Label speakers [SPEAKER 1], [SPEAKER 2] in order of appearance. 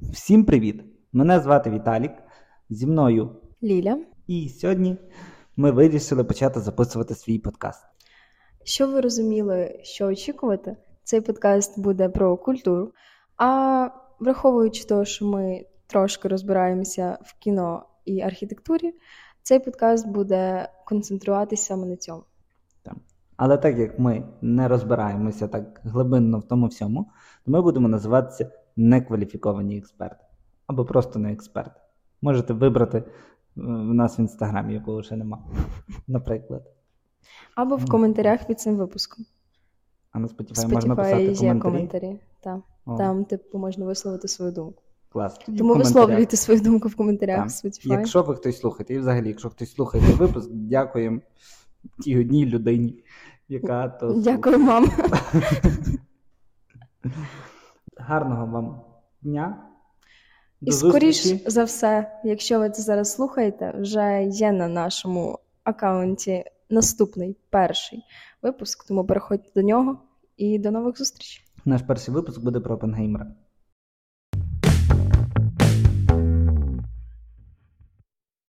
[SPEAKER 1] Всім привіт! Мене звати Віталік. Зі мною
[SPEAKER 2] Ліля,
[SPEAKER 1] і сьогодні ми вирішили почати записувати свій подкаст.
[SPEAKER 2] що ви розуміли, що очікувати? Цей подкаст буде про культуру. А враховуючи те, що ми трошки розбираємося в кіно і архітектурі, цей подкаст буде концентруватися саме на цьому.
[SPEAKER 1] Але так як ми не розбираємося так глибинно в тому всьому, то ми будемо називатися некваліфіковані експерти або просто не експерти. Можете вибрати е, в нас в інстаграмі, якого ще нема, наприклад.
[SPEAKER 2] Або
[SPEAKER 1] Мгм.
[SPEAKER 2] в коментарях під цим випуском.
[SPEAKER 1] А на Spotify, можна
[SPEAKER 2] Spotify
[SPEAKER 1] писати
[SPEAKER 2] є
[SPEAKER 1] коментарі. Ну.
[SPEAKER 2] Та.
[SPEAKER 1] О,
[SPEAKER 2] Там, типу, можна висловити свою думку.
[SPEAKER 1] клас.
[SPEAKER 2] Тому
[SPEAKER 1] Коментарі.
[SPEAKER 2] висловлюйте свою думку в коментарях
[SPEAKER 1] Там.
[SPEAKER 2] в Spotify.
[SPEAKER 1] Якщо ви хтось слухаєте, і взагалі, якщо хтось слухає цей випуск, дякуємо тій одній людині, яка то слухає.
[SPEAKER 2] Дякую, мам.
[SPEAKER 1] гарного вам дня.
[SPEAKER 2] І
[SPEAKER 1] До
[SPEAKER 2] скоріш
[SPEAKER 1] зустрічі.
[SPEAKER 2] за все, якщо ви це зараз слухаєте, вже є на нашому аккаунті наступний перший випуск, тому переходьте до нього і до нових зустрічей.
[SPEAKER 1] наш перший випуск буде про Пенгеймера.